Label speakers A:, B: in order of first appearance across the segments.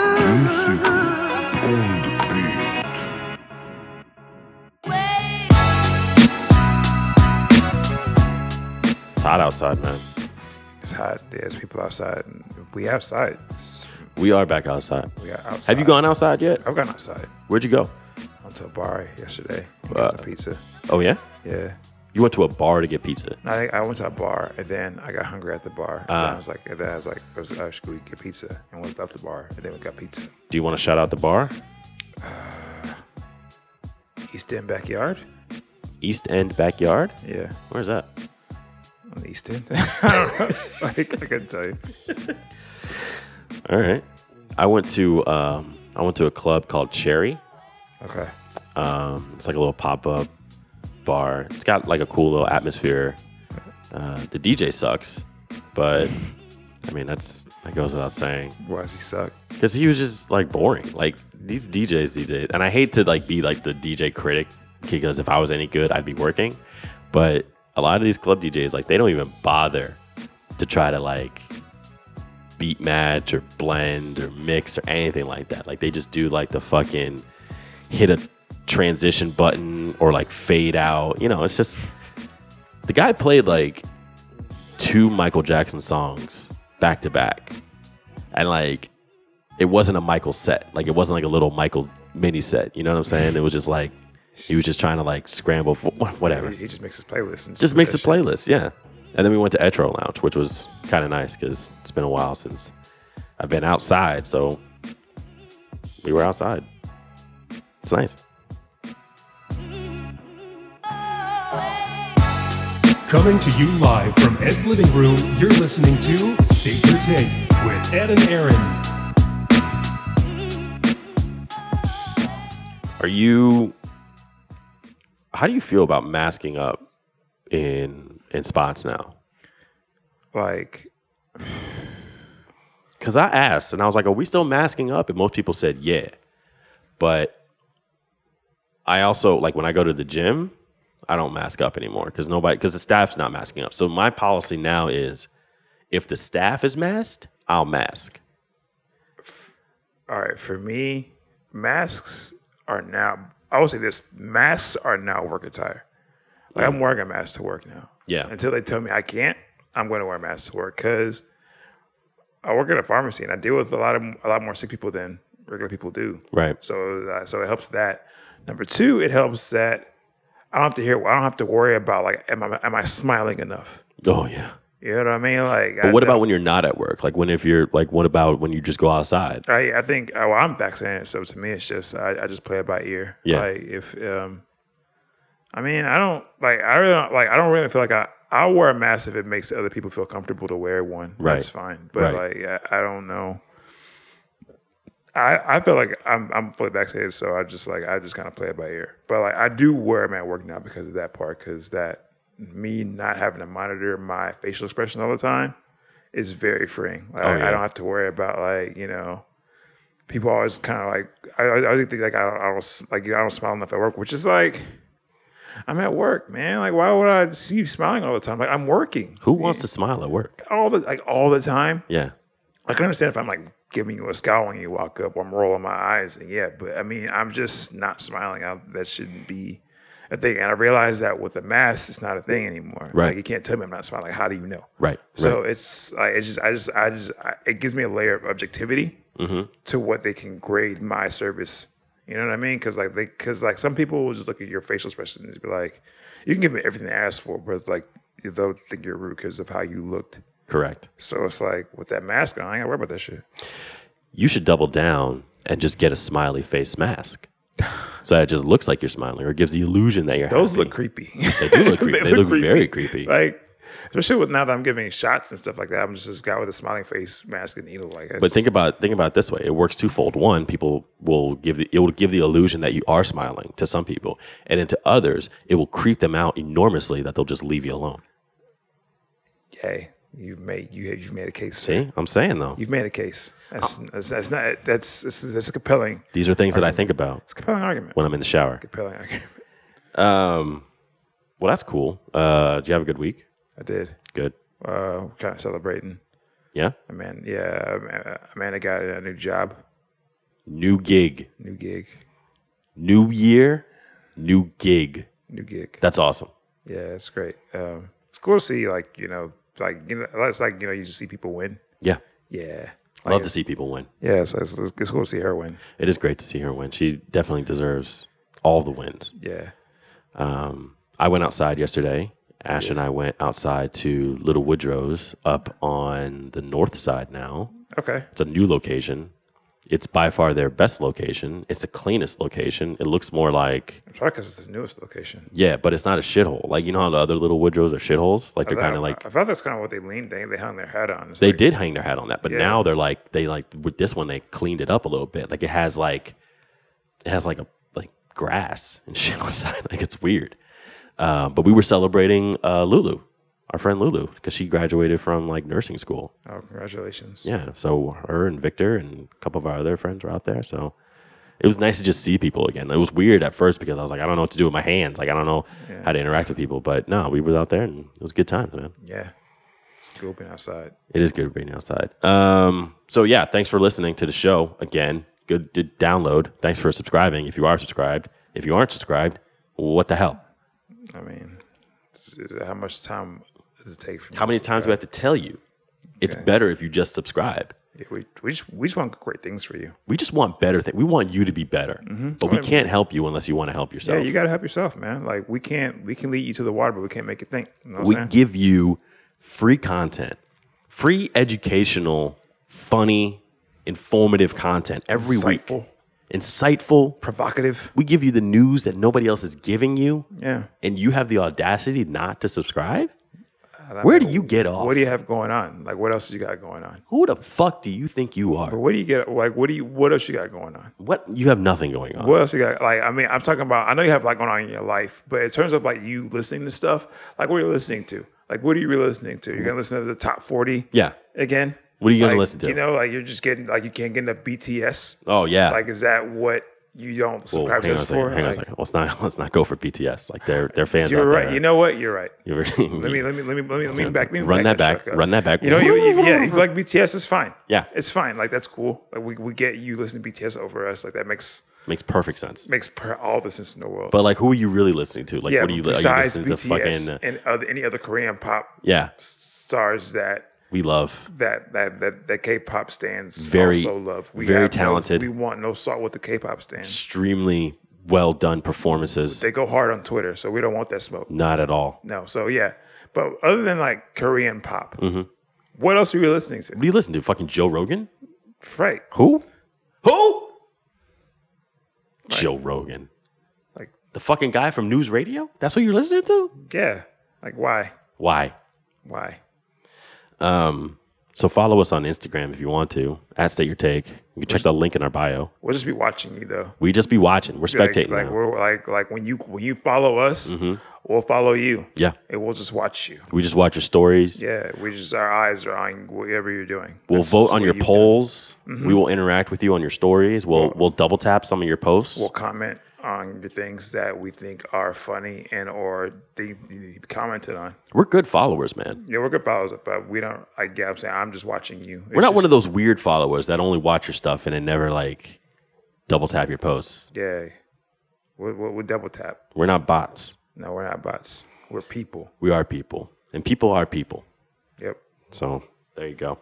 A: Music on the beat.
B: It's hot outside, man.
C: It's hot. There's people outside. We outside. It's-
B: We are back outside.
C: We are outside.
B: Have you gone outside yet?
C: I've gone outside.
B: Where'd you go?
C: Went to a bar yesterday. and
B: Wow.
C: Got some pizza.
B: Oh yeah,
C: Yeah.
B: you went to a bar to get pizza.
C: No, I, I went to a bar and then I got hungry at the bar. And then
B: Ah.
C: I was like, and then I was like, I was, uh, should we get pizza? And went up the bar and then we got pizza.
B: Do you want to shout out the bar?
C: East End backyard.
B: East End Backyard.
C: Yeah,
B: Where's that?
C: on the East End. I don't know. like, I couldn't tell you.
B: All right. I went to um, I went to a club called Cherry.
C: Okay.
B: Um, it's like a little pop up bar. It's got like a cool little atmosphere. Uh, the DJ sucks, but I mean that's that goes without saying.
C: Why does he suck?
B: because he was just like boring. Like these DJs these days, and I hate to like be like the DJ critic because if I was any good, I'd be working. But a lot of these club DJs, like they don't even bother to try to like beat match or blend or mix or anything like that. Like they just do like the fucking hit a transition button or like fade out. You know, it's just the guy played like two Michael Jackson songs back to back. And like it wasn't a Michael set. Like it wasn't like a little Michael mini set. You know what I'm saying? It was just like he was just trying to like scramble for wha- whatever.
C: He, he just makes his playlist. And
B: Just makes a
C: does that
B: playlist, yeah. And then we went to Etro Lounge, which was kind of nice because it's been a while since I've been outside. So we were outside. It's nice.
D: Coming to you live from Ed's living room, you're listening to State Your Take with Ed and Aaron.
B: Are you? How do you feel about masking up in in spots now?
C: shit. Like,
B: Because I asked and I was like, are we still masking up? And most people said, yeah. But I also, like, when I go to the gym, I don't mask up anymore because nobody, because the staff's not masking up. So my policy now is if the staff is masked, I'll mask.
C: all right, for me, masks are now. I would say this: masks are now work attire. Like I'm wearing a mask to work now.
B: Yeah.
C: Until they tell me I can't, I'm going to wear a mask to work because I work at a pharmacy and I deal with a lot of a lot more sick people than regular people do.
B: Right.
C: So uh, so it helps that. Number two, it helps that I don't have to hear. I don't have to worry about like am I am I smiling enough?
B: Oh, yeah.
C: You know what I mean? Like,
B: But what about when you're not at work? Like, when if you're, like, what about when you just go outside?
C: I, I think oh, I'm vaccinated, so to me, it's just I, I just play it by ear.
B: Yeah.
C: Like if um, I mean, I don't like I really don't, like I don't really feel like I I'll wear a mask if it makes other people feel comfortable to wear one.
B: Right.
C: That's fine. But
B: Right.
C: like I, I don't know. I I feel like I'm I'm fully vaccinated, so I just like I just kind of play it by ear. But like I do wear them at work now because of that part, because that me not having to monitor my facial expression all the time is very freeing. Like, I-
B: Oh, yeah.
C: I don't have to worry about like you know people always kind of like I, I, I think like I don't, I don't s- like you know, I don't smile enough at work, which is like I'm at work, man. Like why would I see you smiling all the time? Like I'm working
B: Who wants to smile at work?
C: all the like all the time.
B: Yeah.
C: I can understand if I'm like giving you a scowl when you walk up, or I'm rolling my eyes, and yeah, but I mean I'm just not smiling. I, that shouldn't be a thing. And I realize that with the mask, it's not a thing anymore.
B: Right.
C: Like, you can't tell me I'm not smiling. How do you know?
B: Right.
C: So
B: right.
C: it's like it's just I just I just I, it gives me a layer of objectivity
B: Mm-hmm.
C: to what they can grade my service. You know what I mean? Because like they because like some people will just look at your facial expressions and just be like, you can give me everything I asked for, but it's like they'll think you're rude because of how you looked.
B: Correct.
C: So it's like with that mask on, I ain't gotta worry about that shit.
B: you should double down and just get a smiley face mask. So that it just looks like you're smiling or gives the illusion that you're
C: Those
B: happy.
C: look creepy.
B: They do look creepy. they look, very creepy.
C: Like especially with now that I'm giving shots and stuff like that, I'm just this guy with a smiling face mask and needle. Like,
B: But think about think about it this way. It works twofold. One, people will give the it will give the illusion that you are smiling to some people. And then to others, it will creep them out enormously that they'll just leave you alone.
C: hey, you've made you have you've made a case.
B: See? I'm saying though.
C: You've made a case. That's,
B: Oh.
C: that's, that's not that's that's, that's a compelling
B: These are things that I think about
C: it's a compelling argument.
B: when I'm in the shower.
C: Compelling argument.
B: Um, well that's cool. Uh, do you have a good week?
C: I did.
B: Good.
C: Uh, kind of celebrating.
B: Yeah?
C: I mean, yeah, Amanda got a new job.
B: New gig,
C: New gig.
B: new year, new gig.
C: New gig.
B: That's awesome.
C: Yeah, it's great. Um, it's cool to see, like you know, like you know, it's like you know, you just see people win.
B: Yeah.
C: Yeah,
B: I love to see people win.
C: yeah. So it's, it's, it's cool to see her win.
B: It is great to see her win. She definitely deserves all the wins.
C: Yeah,
B: Um, I went outside yesterday. Ash and I went outside to Little Woodrow's up on the north side now.
C: okay.
B: It's a new location. It's by far their best location. It's the cleanest location. It looks more like
C: I'm sorry because it's the newest location.
B: yeah, but it's not a shithole. Like you know how the other Little Woodrows are shitholes. Like they're
C: I-
B: kind of like
C: I thought that's kind of what they leaned. They they hung their head on. It's
B: they
C: like,
B: did hang their hat on that, but
C: Yeah.
B: now they're like they like with this one they cleaned it up a little bit. Like it has like it has like a like grass and shit on the side. Like it's weird. Uh, but we were celebrating uh, Lulu, our friend Lulu, because she graduated from like nursing school.
C: Oh, congratulations.
B: Yeah, so her and Victor and a couple of our other friends were out there. So it was nice to just see people again. It was weird at first because I was like, I don't know what to do with my hands. Like I don't know how to interact with people. But no, we were out there and it was a good time, man.
C: Yeah. It's cool being outside.
B: It is good being outside. Um, so yeah, thanks for listening to the show again. Good to download. Thanks for subscribing if you are subscribed. If you aren't subscribed, what the hell?
C: I mean, it's- it's- how much time does it take for
B: How many times do we have to tell you? It's better if you just subscribe.
C: Yeah, we we just we just want great things for you.
B: We just want better things. We want you to be better, but we can't help you unless you want to help yourself.
C: Mm-hmm. Yeah, you got to help yourself, man. Like we can't we can lead you to the water, but we can't make you think. You know what
B: we
C: I'm saying?
B: give you free content, free educational, funny, informative content every
C: Insightful.
B: week. Insightful.
C: provocative.
B: We give you the news that nobody else is giving you.
C: Yeah.
B: and you have the audacity not to subscribe?
C: don't
B: Where do you get off?
C: Ah, What do you have going on? Like what else you got going on?
B: Who the fuck do you think you
C: But
B: are?
C: what do you get? Like what do you? What else you got going on?
B: What you have nothing going on.
C: What else you got? Like I mean, I'm talking about. I know you have like going on in your life, but in terms of like you listening to stuff, like what are you listening to? Like what are you really listening to? You're gonna listen to the top forty.
B: Yeah.
C: Again.
B: What are you gonna
C: Like,
B: listen to?
C: You know, like you're just getting like you can't get enough BTS.
B: Oh yeah.
C: Like is that what you don't
B: Well,
C: subscribe
B: hang
C: to
B: on a
C: us
B: second.
C: for?
B: Hang on a
C: Like,
B: second. Let's not let's not go for BTS. Like their their fans.
C: You're
B: out
C: right.
B: there-
C: You know what? You're right.
B: You're-
C: Let me let me let me let me let me back. Let me
B: Run that back.
C: truck up.
B: Run that back.
C: You know, you, you- yeah, if you like BTS, it's fine.
B: Yeah.
C: it's fine. Like that's cool. Like we, we get you listening to BTS over us. Like that makes
B: makes perfect sense.
C: makes per, all the sense in the world.
B: But like, who are you really listening to? Like,
C: yeah,
B: what are you, are you
C: besides
B: listening to?
C: BTS
B: Fucking uh,
C: and other, any other Korean pop
B: yeah.
C: stars that
B: We love.
C: that that that, that K-pop stands
B: Very-
C: also love. We
B: very
C: have no-
B: talented.
C: we want no salt with the K-pop stands.
B: Extremely well done performances.
C: They go hard on Twitter, so we don't want that smoke.
B: Not at all.
C: No, so yeah. But other than like Korean pop,
B: Mm-hmm.
C: what else are you listening to?
B: What do you listen to? Fucking Joe Rogan.
C: Right.
B: Who? Who? Joe Rogan.
C: Like,
B: The fucking guy from News Radio? That's what you're listening to?
C: yeah. Like, why?
B: Why?
C: Why?
B: Um, so follow us on Instagram if you want to. At State Your Take. You can check the link in our bio.
C: We'll just be watching you though.
B: We just be watching. We're
C: Like,
B: spectating. Mm-hmm.
C: like
B: now.
C: we're like like when you when you follow us, we'll follow you.
B: yeah.
C: And we'll just watch you.
B: We just watch your stories.
C: Yeah, we just our eyes are on whatever you're doing.
B: We'll
C: That's
B: vote
C: what
B: on your
C: you've done.
B: polls. We will interact with you on your stories. Mm-hmm. We'll we'll double tap some of your posts.
C: We'll comment on the things that we think are funny and or they, they need to be commented on.
B: we're good followers, man.
C: Yeah, we're good followers, but we don't. I get. I'm saying I'm just watching you.
B: We're not one of those weird followers that only watch your stuff and then never like double tap your posts.
C: Yeah, we're, we're, we're double tap.
B: We're not bots.
C: No, we're not bots. We're people.
B: We are people, and people are people.
C: Yep.
B: So there you go.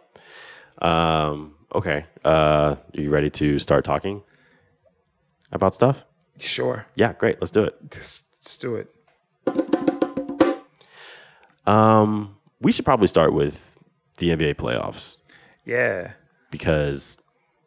B: Um, okay. Uh, are you ready to start talking about stuff?
C: Sure.
B: Yeah, great. Let's do it.
C: Just, let's do it.
B: Um, we should probably start with the NBA playoffs
C: Yeah.
B: because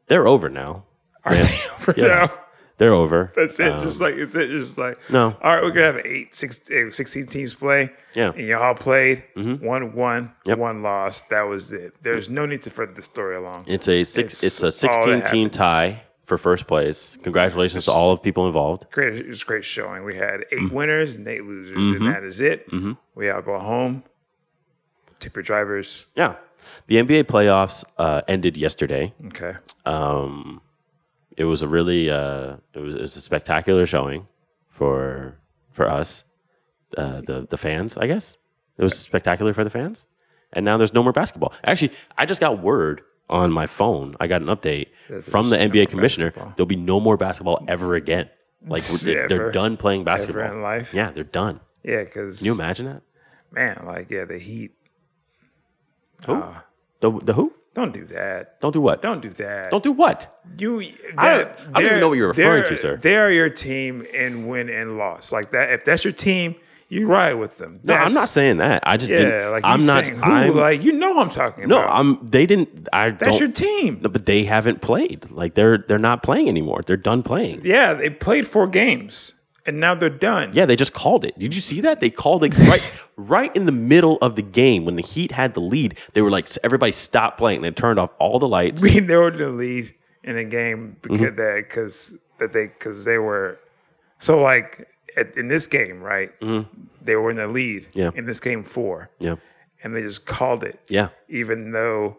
B: they're over now.
C: Are they over
B: Yeah.
C: now?
B: They're over.
C: That's it.
B: Um,
C: just like it's it. Just like
B: No.
C: All right, we're gonna have eight, six, eh, 16 teams play.
B: Yeah. Mm-hmm.
C: and y'all played one, one,
B: Yep.
C: one loss. That was it. There's no need to further the story along.
B: it's a six. It's,
C: it's
B: a
C: all that
B: sixteen-team
C: happens.
B: tie for first place. Congratulations to all of the people involved.
C: Great, it was great showing. We had 8
B: Mm-hmm.
C: winners and eight losers, and that is it. We all go home. Tip your drivers.
B: Yeah, the NBA playoffs uh, ended yesterday.
C: Okay.
B: um, it was a really uh, it was it was a spectacular showing for for us uh, the the fans I guess it was spectacular for the fans and now there's no more basketball actually I just got word on my phone, I got an update
C: That
B: from the
C: there's no
B: NBA
C: more
B: commissioner.
C: basketball.
B: There'll be no more basketball ever again. Like we're- they're, they're
C: Ever.
B: done playing basketball
C: in life.
B: Yeah, they're done.
C: Yeah, because
B: Can you imagine that?
C: man, like yeah, the Heat.
B: Who? the the who?
C: Don't do that.
B: Don't do what?
C: Don't do that.
B: Don't do what?
C: you.
B: I
C: they're-
B: don't even
C: they're-
B: know what you're referring
C: they're-
B: to, sir.
C: They are your team in win and loss. Like that. If that's your team, you ride with them.
B: No, I'm
C: That's-
B: not saying that. I just
C: Yeah,
B: didn't.
C: like
B: I'm
C: you
B: not.
C: saying who,
B: I'm,
C: like you know, I'm talking.
B: no,
C: about.
B: I'm. They didn't. I
C: That's
B: don't.
C: your team.
B: No, but they haven't played. Like they're they're not playing anymore. They're done playing.
C: Yeah, they played four games and now they're done.
B: Yeah, they just called it. Did you see that? They called it right right in the middle of the game when the Heat had the lead. They were like, everybody stopped playing. They turned off all the lights.
C: we they were in the lead in a game because
B: Mm-hmm.
C: that because that they because they were so like at, in this game right they were in the lead
B: Mm-hmm. Yeah.
C: in this game four
B: Yeah,
C: and they just called it
B: yeah,
C: even though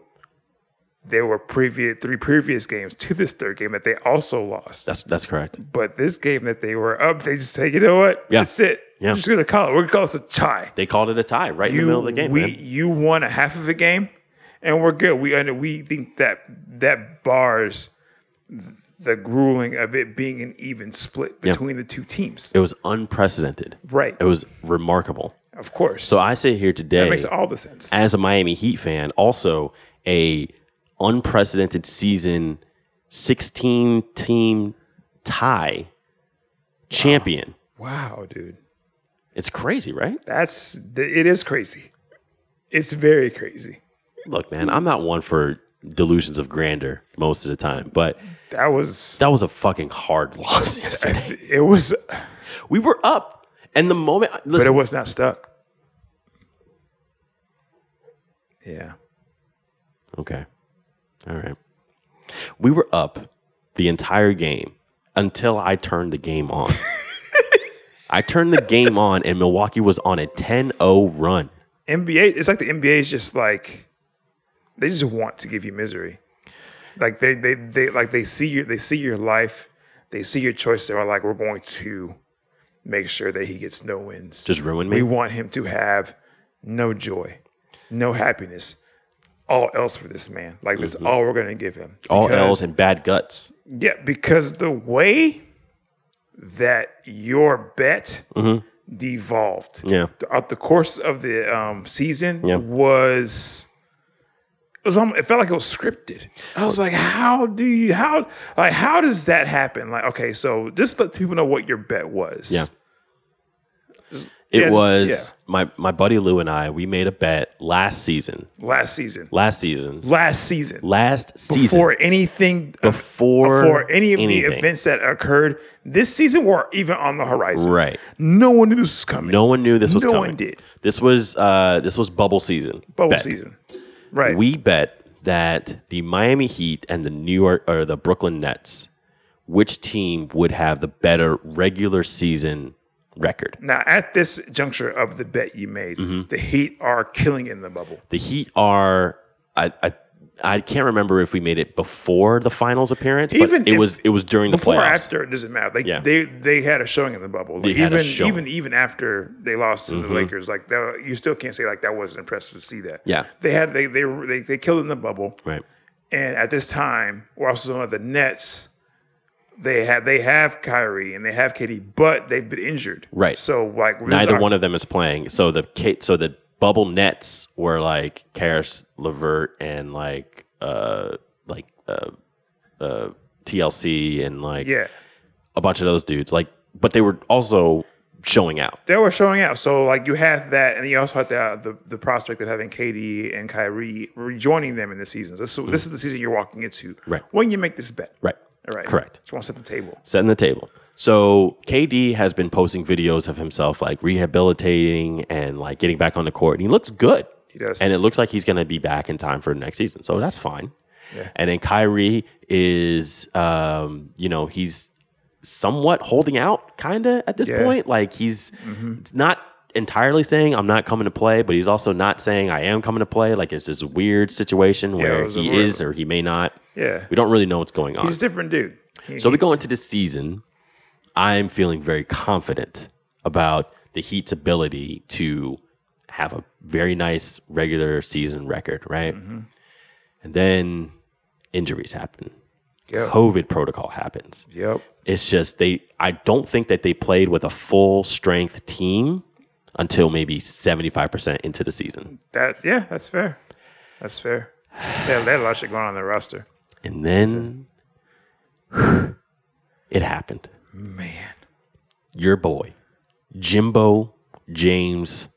C: there were previous three previous games to this third game that they also lost
B: that's that's correct.
C: but this game that they were up they just say you know what
B: Yeah.
C: that's it
B: Yeah.
C: we're just gonna call it we're gonna call this a tie
B: They called it a tie right in the middle of the game.
C: we
B: man.
C: you won a half of a game, and we're good. We under we think that that bars the grueling of it being an even split
B: Yeah.
C: between the two teams.
B: It was unprecedented.
C: Right.
B: It was remarkable.
C: Of course.
B: So I sit here today.
C: that makes all the sense.
B: as a Miami Heat fan, also a unprecedented season 16 team tie champion.
C: wow, dude,
B: It's crazy, right?
C: that's it is crazy. It's very crazy.
B: Look, man, I'm not one for delusions of grandeur most of the time, but
C: That was
B: that was a fucking hard loss yesterday.
C: it was,
B: We were up, and the moment
C: but it
B: listen,
C: was not stuck. Yeah.
B: okay. All right. We were up the entire game until I turned the game on. I turned the game on and Milwaukee was on a 10-0 run.
C: NBA, it's like the NBA is just like they just want to give you misery. Like they they they like they see your they see your life, they see your choice. They're like, we're going to make sure that he gets no wins.
B: Just ruined me.
C: we want him to have no joy, no happiness. All else for this man. Like that's all we're gonna give him.
B: All
C: Because-
B: L's and bad guts.
C: yeah, because the way that your bet devolved
B: Mm-hmm. Yeah.
C: throughout the course of the um, season
B: Yeah.
C: was it was almost, it felt like it was scripted. I was like, how do you how like how does that happen? Like, okay, so just let people know what your bet was.
B: Yeah. It
C: Yeah, just-
B: was
C: yeah.
B: my my buddy Lou and I, we made a bet last season.
C: last season,
B: Last season.
C: last season,
B: Last season.
C: before anything, uh,
B: Before
C: before any of
B: anything.
C: the events that occurred this season were even on the horizon.
B: Right.
C: No one knew this was coming.
B: No one knew this was
C: No
B: coming.
C: one did.
B: This was uh this was bubble season.
C: bubble
B: bet.
C: season. Right.
B: We bet that the Miami Heat and the New York or the Brooklyn Nets, which team would have the better regular season record?
C: now at this juncture of the bet you made,
B: Mm-hmm.
C: the Heat are killing in the bubble.
B: The Heat are I I I can't remember if we made it before the finals appearance, but
C: Even
B: it
C: if-
B: was it was during the
C: Before or
B: playoffs.
C: after, it doesn't matter. Like
B: Yeah.
C: they they had a showing in the bubble. Like,
B: They had a
C: even
B: showing. Mm-hmm.
C: even even after they lost to the Lakers, like that, you still can't say like that wasn't impressive to see that.
B: Yeah.
C: They had they they they, they killed in the bubble.
B: Right.
C: And at this time, we're also talking about the Nets. They have they have Kyrie and they have Katie, but they've been injured.
B: Right.
C: So like this is
B: Neither
C: our-
B: one of them is playing. So the Kate so the bubble nets were like Karis Levert and like uh like uh uh TLC and like
C: yeah.
B: a bunch of those dudes. Like but they were also showing out.
C: they were showing out. So like you have that, and you also had the the, the prospect of having KD and Kyrie rejoining them in the seasons. This, this is the season you're walking into.
B: Mm. Right.
C: When you make this bet.
B: Right.
C: All right.
B: Correct.
C: Just want to set the table.
B: setting the table. So KD has been posting videos of himself like rehabilitating and like getting back on the court, and he looks good. He
C: does.
B: and it looks like he's going to be back in time for next season, so that's fine. And then Kyrie is, um, you know, he's somewhat holding out, kind of at this
C: Yeah. Mm-hmm.
B: point. Like he's it's not entirely saying I'm not coming to play, but he's also not saying I am coming to play. Like it's this weird situation where
C: was a
B: he
C: weird-
B: is or he may not.
C: Yeah.
B: We don't really know what's going on.
C: He's a different dude. He-
B: So we go into this season. I'm feeling very confident about the Heat's ability to have a very nice regular season record, right? And then injuries happen.
C: Yep.
B: COVID protocol happens.
C: Yep.
B: It's just they I don't think that they played with a full strength team until maybe 75% into the season.
C: That's yeah. That's fair. That's fair. They had, they had a lot of shit going on in their roster.
B: And then it happened.
C: Man,
B: Your boy, Jimbo James,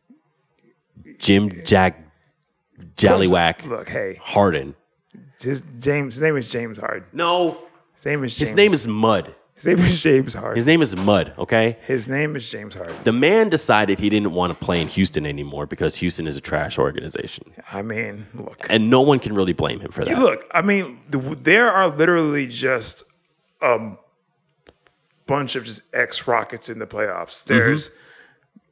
B: Jim Jack Jallywhack
C: look, hey,
B: Harden.
C: his James. His name is James Harden.
B: No.
C: His name is James.
B: His name is Mud.
C: His name is James
B: His
C: Harden.
B: name is Mud, okay?
C: His name is James Harden.
B: The man decided he didn't want to play in Houston anymore because Houston is a trash organization.
C: I mean, look.
B: And no one can really blame him for that.
C: Look, I mean, the, there are literally just a bunch of just ex Rockets in the playoffs. There's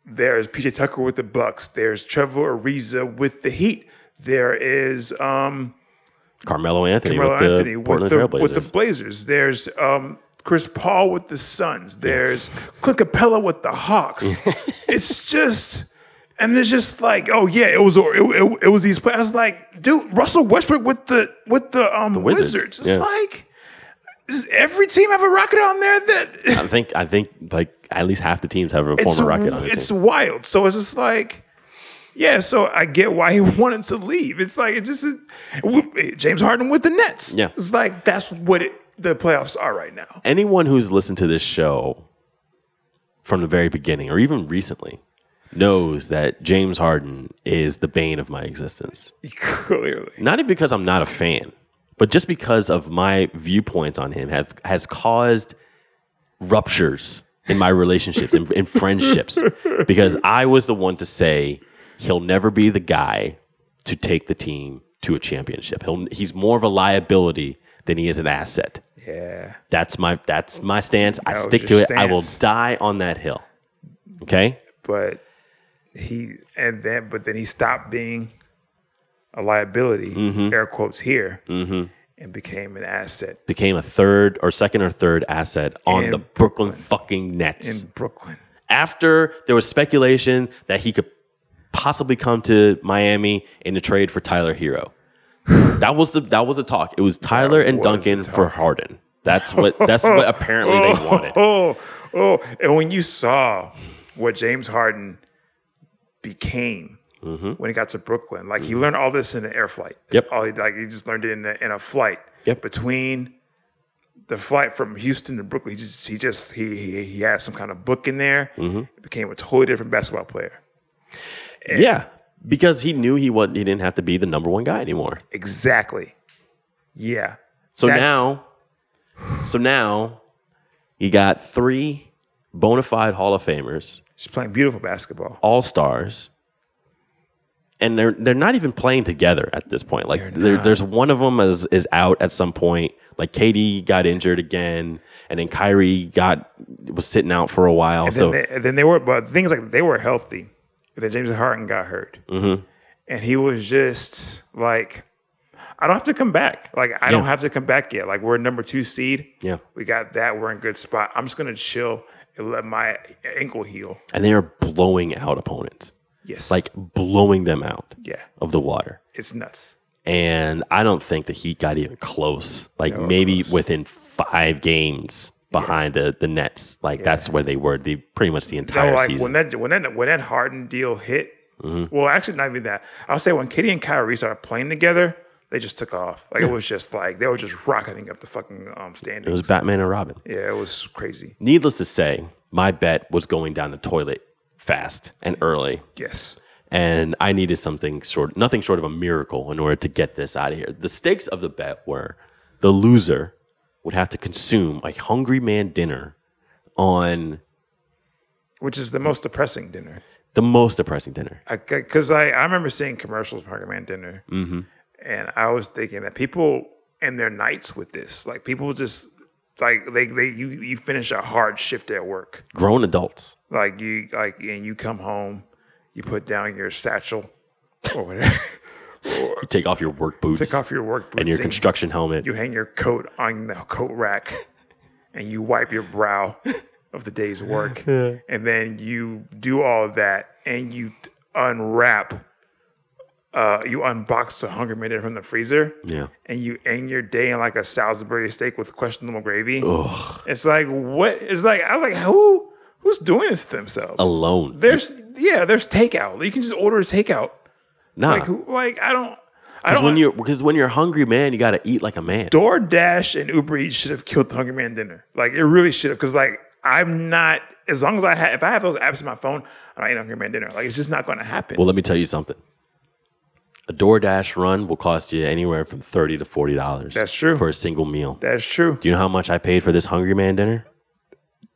C: there's PJ Tucker with the Bucks. There's Trevor Ariza with the Heat. There is um,
B: Carmelo Anthony
C: Carmelo
B: with the
C: Anthony with
B: Portland
C: the,
B: Trailblazers.
C: with the Blazers. There's um, Chris Paul with the Suns. There's Clint Capella with the Hawks. it's just, and it's just like, oh yeah, it was it, it, it was these players. I was like, dude, Russell Westbrook with the with the, um,
B: Wizards,
C: Wizards. It's
B: yeah.
C: like, does every team have a rocket on there that
B: I think I think like at least half the teams have a
C: it's
B: former Rocket on their
C: it's
B: team.
C: wild. So it's just like. Yeah, so I get why he wanted to leave. It's like it just James Harden with the Nets.
B: Yeah.
C: it's like that's what it, the playoffs are right now.
B: Anyone who's listened to this show from the very beginning or even recently knows that James Harden is the bane of my existence.
C: Clearly,
B: Not even because I'm not a fan, but just because of my viewpoints on him have has caused ruptures in my relationships and in friendships because I was the one to say he'll never be the guy to take the team to a championship. He'll he's more of a liability than he is an asset.
C: yeah,
B: That's my that's my stance. I
C: That was
B: stick to
C: your
B: it. I will
C: stance.
B: die on that hill. Okay?
C: but he and then but then he stopped being a liability,
B: Mm-hmm.
C: air quotes here, and became an asset
B: Became a third or second or third asset on
C: In
B: the Brooklyn fucking Nets.
C: in Brooklyn.
B: after there was speculation that he could possibly come to Miami in a trade for Tyler Hero. That was the that was the talk. It was Tyler and
C: was
B: Duncan
C: the
B: for Harden. That's what that's what apparently they wanted.
C: Oh, oh, and when you saw what James Harden became when he got to Brooklyn, like he learned all this in an air flight.
B: Mm-hmm. Yep.
C: all he, like he just learned it in a, in a flight.
B: Yep.
C: between the flight from Houston to Brooklyn, he just he just he he, he had some kind of book in there.
B: Mm-hmm.
C: Became a totally different basketball player.
B: Yeah, because he knew he was he didn't have to be the number one guy anymore.
C: Exactly. Yeah.
B: So
C: That's-
B: now, so now, he got three bona fide Hall of Famers,
C: She's playing beautiful basketball.
B: All Stars, and they're they're not even playing together at this point. Like there, there's one of them is is out at some point. Like KD got injured again, and then Kyrie got was sitting out for a while.
C: Then
B: So
C: they, and then they were, but things like they were healthy. But then James Harden got hurt,
B: Mm-hmm.
C: and he was just like, "I don't have to come back. Like I don't
B: Yeah.
C: have to come back yet. Like we're number two seed.
B: Yeah.
C: we got that. We're in good spot. I'm just gonna chill and let my ankle heal.
B: and they are blowing out opponents,
C: Yes,
B: like blowing them out
C: yeah,
B: of the water.
C: it's nuts.
B: and I don't think the Heat got even close. Like maybe within five games behind the the Nets. Like that's where they were the pretty much the
C: No,
B: entire
C: like
B: season. Mm-hmm.
C: when that when that when that Harden deal hit. Well, actually, not even that. I'll say when Kitty and Kyrie started playing together, they just took off. Like it was just like they were just rocketing up the fucking um, standings.
B: it was Batman and Robin.
C: yeah, it was crazy.
B: Needless to say, my bet was going down the toilet fast and early.
C: Yes.
B: and I needed something short, nothing short of a miracle in order to get this out of here. The stakes of the bet were the loser would have to consume a hungry man dinner on
C: which is the most depressing dinner.
B: the most depressing dinner.
C: Because I, I remember seeing commercials for Hunger Man Dinner, and I was thinking that people and their nights with this, like people just like they they you you finish a hard shift at work,
B: Grown adults.
C: like you like and you come home, you put down your satchel or whatever,
B: You take off your work boots.
C: take off your work boots,
B: and your construction helmet.
C: you hang your coat on the coat rack and you wipe your brow of the day's work and then you do all of that and you unwrap uh, you unbox a Hungry Minute from the freezer
B: Yeah.
C: and you end your day in like a Salisbury steak with questionable gravy.
B: Ugh.
C: It's like what? It's like I was like, who? Who's doing this to themselves?
B: Alone.
C: There's yeah, there's takeout. You can just order takeout.
B: Nah.
C: Like who? Like I don't. I
B: Because
C: don't.
B: when you're because when you're hungry, man, you gotta eat like a man.
C: DoorDash and Uber Eats should have killed the Hungry Man dinner. Like it really should have. Because like I'm not as long as I have if I have those apps on my phone, I don't eat Hungry Man dinner. Like it's just not going to happen.
B: Well, let me tell you something. A DoorDash run will cost you anywhere from thirty to forty dollars.
C: That's true.
B: For a single meal.
C: That's true.
B: Do you know how much I paid for this Hungry Man dinner?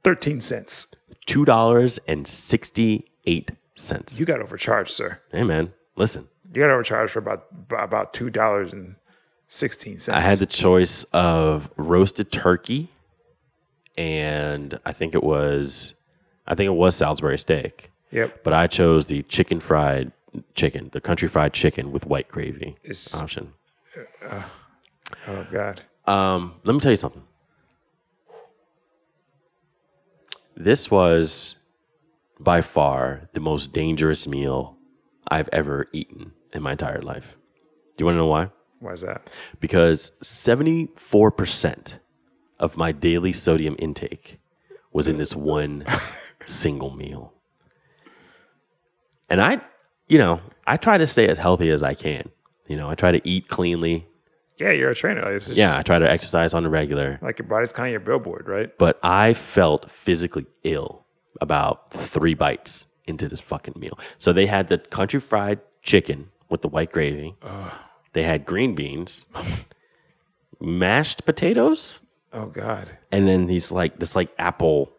C: Thirteen cents.
B: Two dollars and sixty-eight cents.
C: You got overcharged, sir.
B: Hey man, listen.
C: You got overcharged for about about two dollars and sixteen cents.
B: I had the choice of roasted turkey, and I think it was, I think it was Salisbury steak.
C: Yep.
B: But I chose the chicken fried chicken, the country fried chicken with white gravy
C: It's-
B: option.
C: Oh God.
B: Um, let me tell you something. This was by far the most dangerous meal I've ever eaten in my entire life. Do you want to know why?
C: Why is that?
B: because 74% of my daily sodium intake was in this one single meal. And I, you know, I try to stay as healthy as I can. You know, I try to eat cleanly.
C: Yeah, you're a trainer. Like, It's just,
B: Yeah, I try to exercise on the regular.
C: Like your body's kind of your billboard, right?
B: But I felt physically ill about three bites into this fucking meal. So they had the country fried chicken with the white gravy. They had green beans, mashed potatoes,
C: Oh God.
B: and then these like this like apple,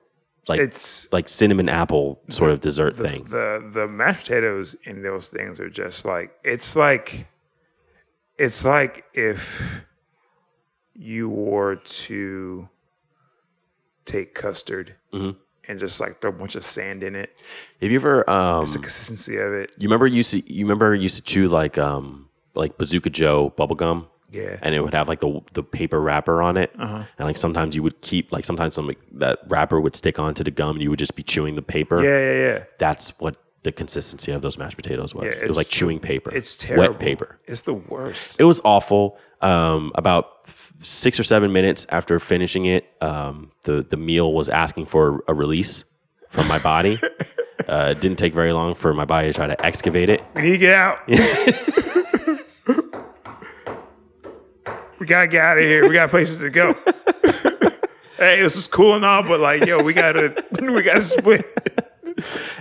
B: like
C: It's
B: like cinnamon apple sort of dessert
C: the,
B: thing.
C: the the mashed potatoes in those things are just like it's like it's like if you were to take custard
B: Mm-hmm.
C: and just like throw a bunch of sand in it.
B: Have you ever um
C: The consistency of it.
B: you remember you used to you remember you used to chew like um like Bazooka Joe bubble gum?
C: Yeah. Uh-huh.
B: and it would have like the the paper wrapper on it, and like sometimes you would keep like sometimes some that wrapper would stick onto the gum, and you would just be chewing the paper.
C: yeah, yeah, yeah.
B: That's what the consistency of those mashed potatoes was.
C: Yeah,
B: it was like
C: it's-
B: chewing paper.
C: It's terrible.
B: Wet paper.
C: It's the worst.
B: It was awful. Um, about f- six or seven minutes after finishing it, um, the the meal was asking for a release from my body. uh, it didn't take very long for my body to try to excavate it.
C: We need to get out. we gotta get out of here. We got places to go. hey, this is cool and all, but like, yo, we gotta, we gotta split.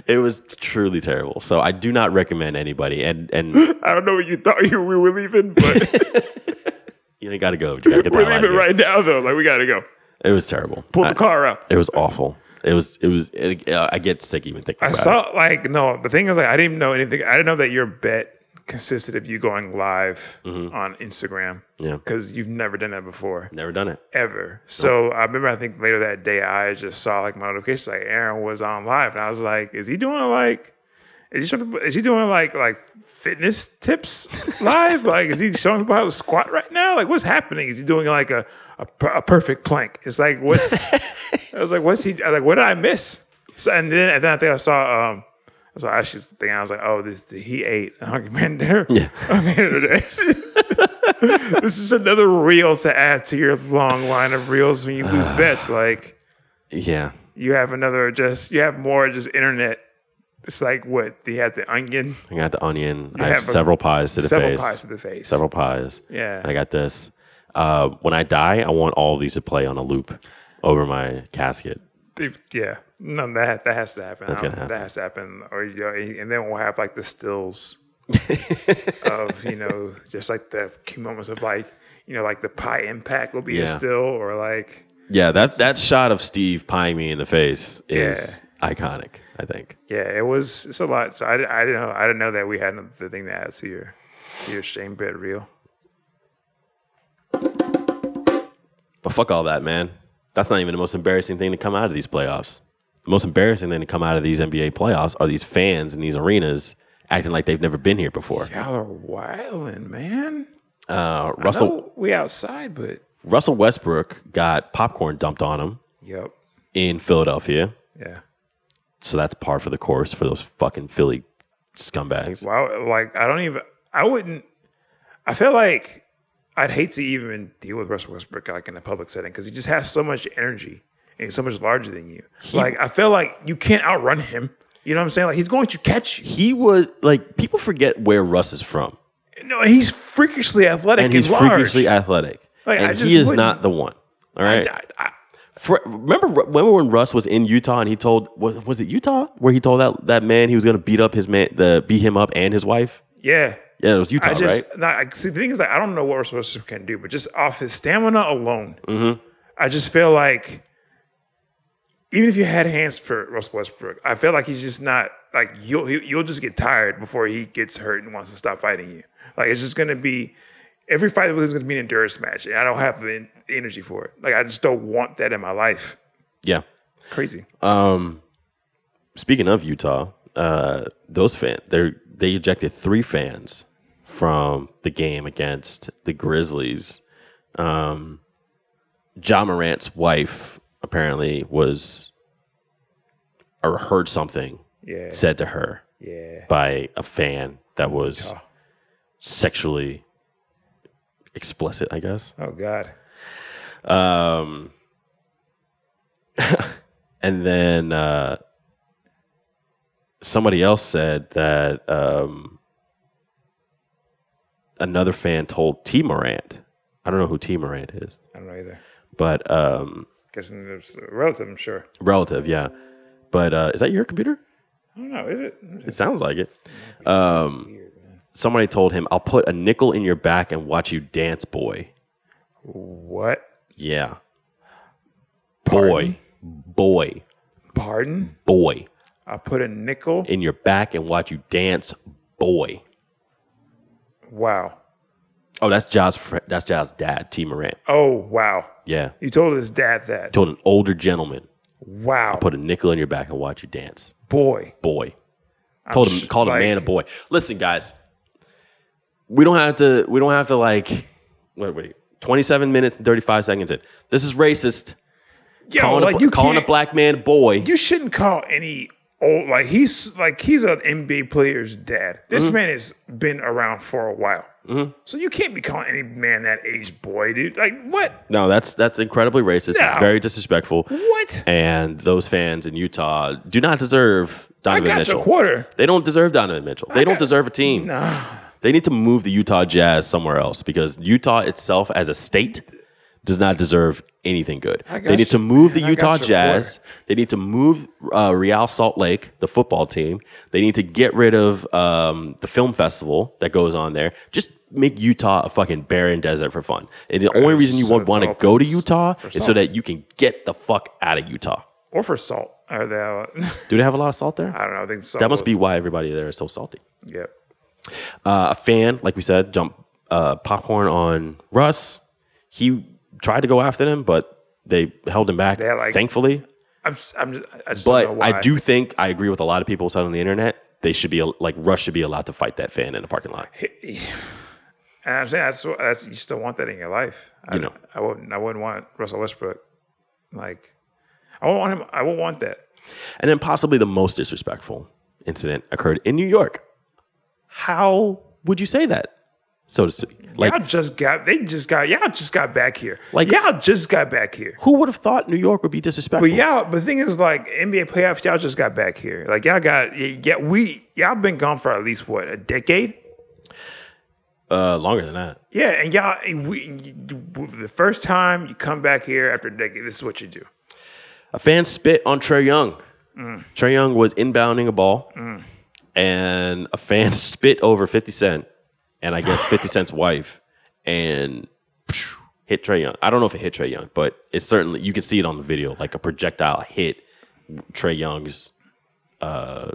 B: It was truly terrible. So I do not recommend anybody. And and
C: I don't know what you thought you we were leaving, but
B: you ain't gotta go. You gotta get
C: we're
B: that out of here.
C: leaving right now though. Like, we gotta go.
B: It was terrible.
C: Pull
B: I-
C: the car out.
B: It was awful. It was. It was. It, uh, I get sick even thinking
C: I
B: about it.
C: saw like no. The thing is like I didn't know anything. I didn't know that your bet consisted of you going live on Instagram.
B: Mm-hmm. Yeah.
C: because you've never done that before.
B: Never done it.
C: ever. So I remember, I think later that day, I just saw like my notification, like Aaron was on live, and I was like, "Is he doing like, is he showing, people- is he doing like like fitness tips live? like, is he showing people how to squat right now? Like, what's happening? Is he doing like a a, per- a perfect plank? It's like what's I was like, what's he I was like? What did I miss? So and then and then I think I saw um. So I actually think I was like, "Oh, this he ate a hungry man dinner."
B: Yeah.
C: On the end of the day. this is another reels to add to your long line of reels when you lose bets. Like
B: Yeah.
C: you have another just you have more just internet. It's like what they had the onion,
B: I got the onion. I
C: have
B: have
C: a-
B: several pies to the
C: several
B: face.
C: pies to the face.
B: Several pies.
C: Yeah.
B: And I got this. Uh, when I die, I want all of these to play on a loop over my casket.
C: If- yeah, no, that that has to happen.
B: That's
C: I don't-
B: gonna
C: That has to happen. Or you know, and then we'll have like the stills of you know just like the key moments of like you know like the pie impact will be a
B: Yeah.
C: still or like
B: Yeah. That that shot of Steve pieing me in the face is
C: Yeah.
B: iconic. I think.
C: Yeah, it was. It's a lot. So I, di- I didn't know. I didn't know that we had the thing to add to your to your shame bed reel.
B: But fuck all that, man. That's not even the most embarrassing thing to come out of these playoffs. The most embarrassing thing to come out of these NBA playoffs are these fans in these arenas acting like they've never been here before.
C: Y'all are wilding, man.
B: Uh,
C: So
B: Russell
C: we outside, but
B: Russell Westbrook got popcorn dumped on him
C: yep,
B: in Philadelphia,
C: yeah.
B: so that's par for the course for those fucking Philly scumbags.
C: Wow, like I don't even. I wouldn't. I feel like I'd hate to even deal with Russell Westbrook like in a public setting because he just has so much energy and he's so much larger than you. like I feel like you can't outrun him. You know what I'm saying? Like he's going to catch you.
B: He was like people forget where Russ is from,
C: No, and he's freakishly athletic
B: and he's
C: large.
B: freakishly athletic,
C: Like, I
B: and
C: just
B: he is
C: wouldn't-
B: not the one. All right.
C: I- I-
B: For, remember, remember when Russ was in Utah and he told was, was it Utah where he told that, that man he was going to beat up his man, the beat him up and his wife.
C: yeah.
B: Yeah, it was Utah,
C: I just
B: right?
C: not, I, see the thing is like I don't know what Russell Westbrook can do, but just off his stamina alone, I just feel like even if you had hands for Russell Westbrook, I feel like he's just not like you'll he- you'll just get tired before he gets hurt and wants to stop fighting you. Like it's just gonna be every fight was gonna be an endurance match, and I don't have the en- energy for it. Like I just don't want that in my life.
B: Yeah.
C: Crazy.
B: Um, speaking of Utah, uh, those fans they they ejected three fans from the game against the Grizzlies. Um, John Morant's wife apparently was or heard something
C: Yeah.
B: said to her
C: Yeah.
B: by a fan that was sexually explicit, I guess.
C: Oh God.
B: Um, and then uh, somebody else said that um, another fan told T Morant. I don't know who T Morant is,
C: I don't know either.
B: but um,
C: Guessing it's a relative, I'm sure.
B: relative, yeah. But uh, is that your computer?
C: I don't know. Is it?
B: It sounds like it. Um, somebody told him, "I'll put a nickel in your back and watch you dance, boy."
C: What?
B: Yeah,
C: Pardon?
B: boy,
C: Pardon?
B: boy, boy.
C: I put a nickel.
B: in your back and watch you dance, boy.
C: Wow.
B: Oh, that's Ja's. Fr- that's Ja's dad, T. Morant.
C: Oh wow.
B: Yeah,
C: You told his dad that.
B: told an older gentleman,
C: Wow.
B: put a nickel in your back and watch you dance,
C: boy.
B: boy. Told him,
C: sh-
B: called a man a
C: like-
B: boy. Listen, guys, we don't have to. We don't have to like. Wait, wait. Twenty-seven minutes and thirty-five seconds in. This is racist.
C: Yo,
B: calling a,
C: like
B: bla-
C: you
B: calling a
C: can't-
B: black man a boy.
C: You shouldn't call any old like he's like he's an NBA player's dad. This
B: Mm-hmm.
C: man has been around for a while. So you can't be calling any man that age boy, dude. Like what?
B: no, that's that's incredibly racist. It's
C: No.
B: very disrespectful.
C: What?
B: And those fans in Utah do not deserve
C: I
B: Donovan
C: got
B: Mitchell.
C: your quarter.
B: They don't deserve Donovan Mitchell. They don't deserve a team. They need to move the Utah Jazz somewhere else because Utah itself as a state does not deserve anything good.
C: I
B: They
C: got
B: need to
C: you.
B: move the
C: I got
B: Utah
C: your
B: Jazz. They need to move uh, Real Salt Lake, the football team. They need to get rid of um, the film festival that goes on there. Just make Utah a fucking barren desert for fun. And the only reason you
C: so
B: would want to
C: it's
B: go to
C: all-
B: Utah
C: for
B: is so
C: salt.
B: that you can get the fuck out of Utah.
C: Or for salt. Or the,
B: Do they have a lot of salt there?
C: I don't know. I think salt
B: that must be
C: was-
B: why everybody there is so salty.
C: Yep.
B: uh, a fan, like we said, jump uh, popcorn on Russ. He tried to go after them, but they held him back.
C: They're like-
B: thankfully,
C: I'm just, I'm just, I just don't know
B: but
C: why.
B: I do think I agree with a lot of people said on the internet. They should be al- like Russ should be allowed to fight that fan in the parking lot.
C: And I'm saying that's what that's you still want that in your life. I,
B: You know.
C: I wouldn't. I wouldn't want Russell Westbrook. Like, I won't want him. I won't want that.
B: And then possibly the most disrespectful incident occurred in New York. How would you say that? So to speak, like
C: y'all just got. They just got. Y'all just got back here.
B: Like-
C: Like y'all just got back here.
B: who would have thought New York would be disrespectful?
C: But y'all. But the thing is, like NBA playoffs, y'all just got back here. Like y'all got. y- Yeah, we. Y'all been gone for at least what a decade.
B: uh, longer than that.
C: Yeah, and y'all. We. The first time you come back here after a decade, this is what you do.
B: A fan spit on Trey Young. Trey Young was inbounding a ball, and a fan spit over 50 Cent, and I guess 50 Cent's wife, and phew, hit Trey Young. I don't know if it hit Trey Young, but it's certainly, you can see it on the video, like a projectile hit Trey Young's uh,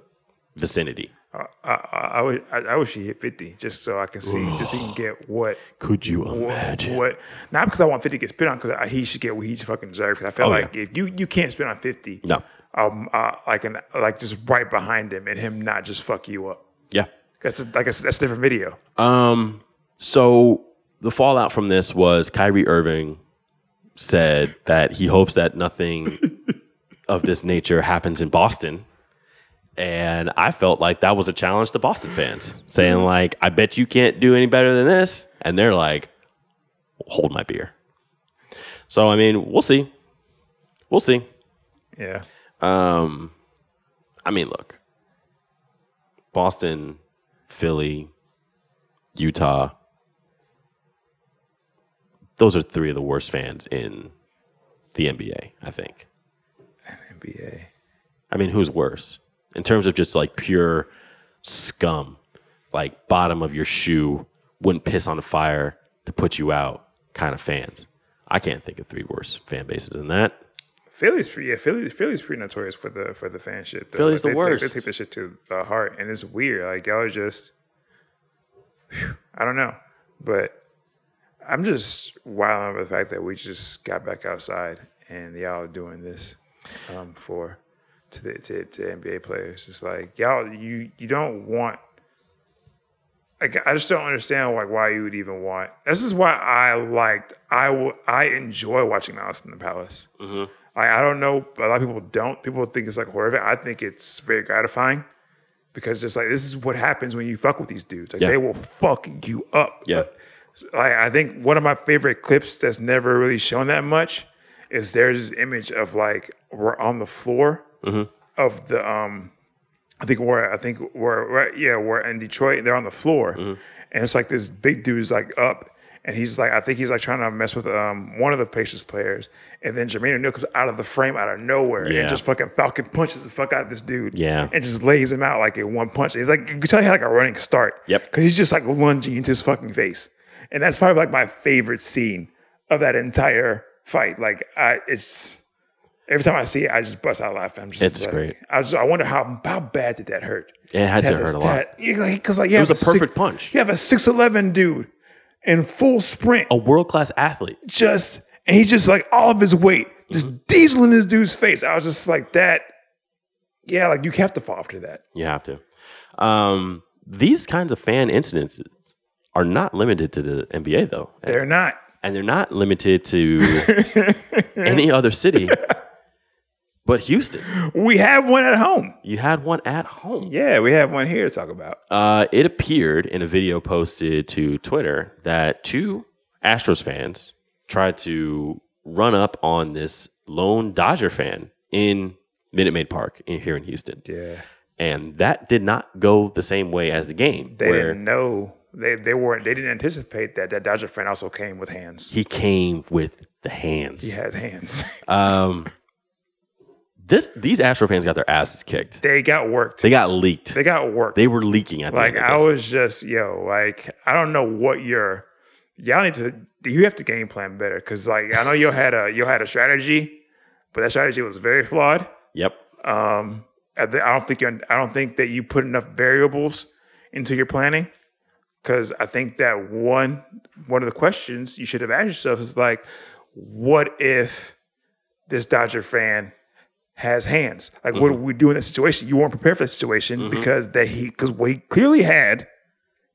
B: vicinity.
C: I, I, I, wish- I, I wish he hit fifty just so I can see, just so he can get what.
B: Could you
C: what, what not because I want 50 to get spit on because he should get what he fucking deserves. 'Cause I feel
B: Oh,
C: like if you you can't spit on 50,
B: No.
C: um, uh, like an like just right behind him and him not just fuck you up.
B: Yeah.
C: That's a, like I said, that's a different video.
B: Um, so the fallout from this was Kyrie Irving said that he hopes that nothing of this nature happens in Boston And I felt like that was a challenge to Boston fans, saying like, "I bet you can't do any better than this," and they're like, "Hold my beer." So I mean, we'll see, we'll see.
C: Yeah.
B: Um, I mean, look, Boston, Philly, Utah. Those are three of the worst fans in the NBA. I think.
C: NBA.
B: I mean, who's worse in terms of just like pure scum, like bottom of your shoe, wouldn't piss on the fire to put you out kind of fans? I can't think of three worse fan bases than that.
C: Philly's pretty, yeah, Philly, Philly's pretty notorious for the for the fan shit. Though.
B: Philly's
C: Like,
B: the
C: they, They,
B: worst.
C: they take this shit to the heart, and it's weird. Like y'all are just, Phew, I don't know, but I'm just wild over the fact that we just got back outside and y'all are doing this um, for to the to, to NBA players. It's like y'all you you don't want. Like, I just don't understand like why you would even want. This is why I liked I w- I enjoy watching Alice in the Palace. Like, I don't know. A lot of people don't. People think it's like horrific. I think it's very gratifying because just like this is what happens when you fuck with these dudes. Like
B: Yeah.
C: they will fuck you up.
B: Yeah.
C: Like I think one of my favorite clips that's never really shown that much is there's this image of like we're on the floor
B: Mm-hmm.
C: of the um I think we're I think we're right yeah we're in Detroit and they're on the floor
B: Mm-hmm.
C: and it's like this big dude's like up and he's like I think he's like trying to mess with um one of the Pacers players and then Jermaine O'Neal comes out of the frame out of nowhere
B: Yeah.
C: and just fucking Falcon punches the fuck out of this dude
B: Yeah.
C: and just lays him out like in one punch he's like you can tell he had like a running start
B: Yep.
C: because he's just like lunging into his fucking face and that's probably like my favorite scene of that entire fight like I it's. Every time I see it, I just bust out laughing. I'm just
B: It's
C: like-
B: great.
C: I was, I wonder how how bad did that hurt?
B: It had to hurt a lot.
C: because like you
B: It
C: have
B: was a
C: six-
B: perfect punch.
C: You have a six eleven dude in full sprint,
B: A world class athlete.
C: just and he's just like all of his weight just
B: Mm-hmm.
C: dieseling his dude's face. I was just like that. Yeah, like you have to fall after that.
B: You have to. Um, these kinds of fan incidences are not limited to the NBA, though.
C: They're not.
B: and they're not limited to any other city but Houston.
C: We have one at home.
B: You had one at home.
C: Yeah, we have one here to talk about.
B: Uh, it appeared in a video posted to Twitter that two Astros fans tried to run up on this lone Dodger fan in Minute Maid Park in, here in Houston.
C: Yeah,
B: And that did not go the same way as the game,
C: they
B: where
C: didn't know. They they weren't. They didn't anticipate that that Dodger fan also came with hands.
B: he came with the hands.
C: He had hands.
B: Um, this, these Astro fans got their asses kicked.
C: they got worked.
B: They got leaked.
C: They got worked.
B: They were leaking at the
C: like
B: end
C: I
B: of this.
C: was just yo, like I don't know what your y'all need to you have to game plan better because like I know you had a you had a strategy, but that strategy was very flawed.
B: Yep.
C: Um, I thi- I don't think you I don't think that you put enough variables into your planning because I think that one one of the questions you should have asked yourself is like, what if this Dodger fan has hands? Like,
B: Mm-hmm.
C: what do we do in that situation? You weren't prepared for that situation because that he because what he clearly had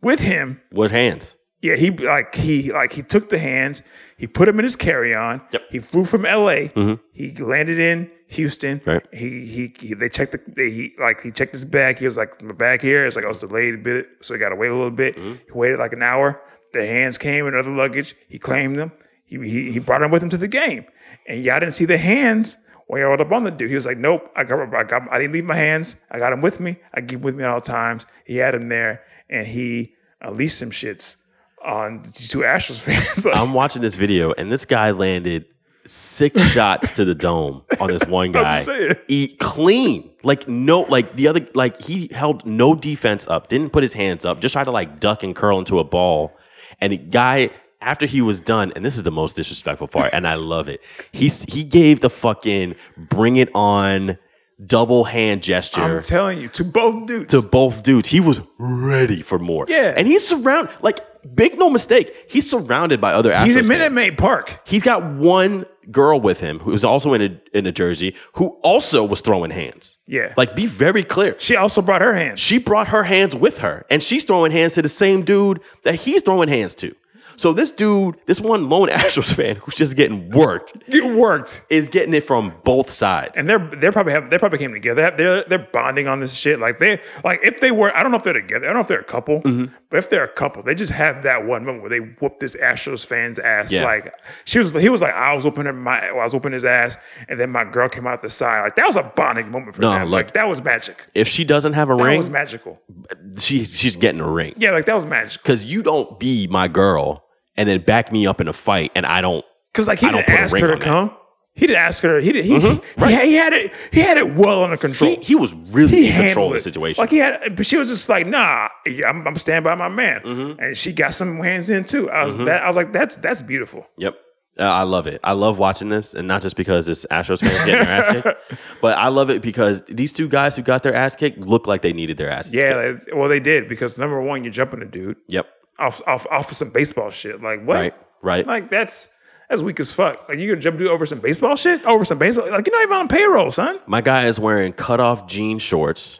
C: with him
B: With hands.
C: yeah, he like he like he took the hands, he put him in his carry on.
B: Yep.
C: He flew from L.A.
B: Mhm.
C: He landed in Houston.
B: Right.
C: He, he he they checked the they, he like he checked his bag. He was like my bag here. It's like I was delayed a bit, so he got to wait a little bit.
B: Mm-hmm.
C: He waited like an hour. The hands came and other luggage. He claimed them. He he, he brought them with him to the game, and y'all didn't see the hands. When y'all rolled up on the dude, he was like, "Nope, I got, I got, I didn't leave my hands. I got him with me. I keep him with me at all times." He had him there, and he unleashed some shits on the two Astros fans. like,
B: I'm watching this video, and this guy landed six shots to the dome on this one guy.
C: saying.
B: Eat clean, like no, like the other, like he held no defense up, didn't put his hands up, just tried to like duck and curl into a ball. And the guy, after he was done, and this is the most disrespectful part, and I love it. He s- he gave the fucking bring it on double hand gesture
C: I'm telling you, to both dudes.
B: to both dudes. He was ready for more.
C: Yeah.
B: and he's surrounded like. Big no mistake. He's surrounded by other.
C: He's
B: Astros
C: in Minute
B: fans.
C: Maid Park.
B: He's got one girl with him who's also in a in a jersey who also was throwing hands.
C: Yeah.
B: Like be very clear.
C: She also brought her hand.
B: She brought her hands with her and she's throwing hands to the same dude that he's throwing hands to. So this dude, this one lone Astros fan who's just getting worked,
C: It worked.
B: is getting it from both sides.
C: And they're they're probably have, they probably came together. They're they're bonding on this shit. Like they like if they were, I don't know if they're together. I don't know if they're a couple,
B: Mm-hmm.
C: but if they're a couple, they just have that one moment where they whoop this Astros fan's ass.
B: Yeah.
C: Like she was, he was like, I was opening my, I was opening his ass, and then my girl came out the side. Like that was a bonding moment for
B: No,
C: them.
B: look.
C: like that was magic.
B: if she doesn't have a
C: That
B: ring,
C: was magical.
B: she she's getting a ring.
C: Yeah, like that was magical.
B: Cause you don't be my girl and then back me up in a fight and I don't
C: Because like he
B: I don't
C: didn't
B: put a
C: ask
B: ring
C: her to
B: on that. Mm-hmm.
C: come. He didn't ask her. He did. He, he,
B: right.
C: he had it. He had it well under control.
B: he, he was really
C: he
B: in
C: handled
B: control of the
C: it. Oh,
B: situation.
C: Like he had, but she was just like, "Nah, I'm, I'm standing by my man,"
B: Mm-hmm.
C: and she got some hands in too. I was that, I was like, "That's that's beautiful."
B: Yep. Uh, I love it. I love watching this, and not just because it's Astros fans getting their ass kicked, but I love it because these two guys who got their ass kicked look like they needed their ass.
C: Yeah, like, well, they did because number one, you're jumping a dude
B: Yep.
C: off off off of some baseball shit. Like what?
B: Right. Right.
C: Like that's that's weak as fuck. Like you gonna jump dude over some baseball shit? Over some baseball? Like you're not even on payroll, son.
B: My guy is wearing cut off jean shorts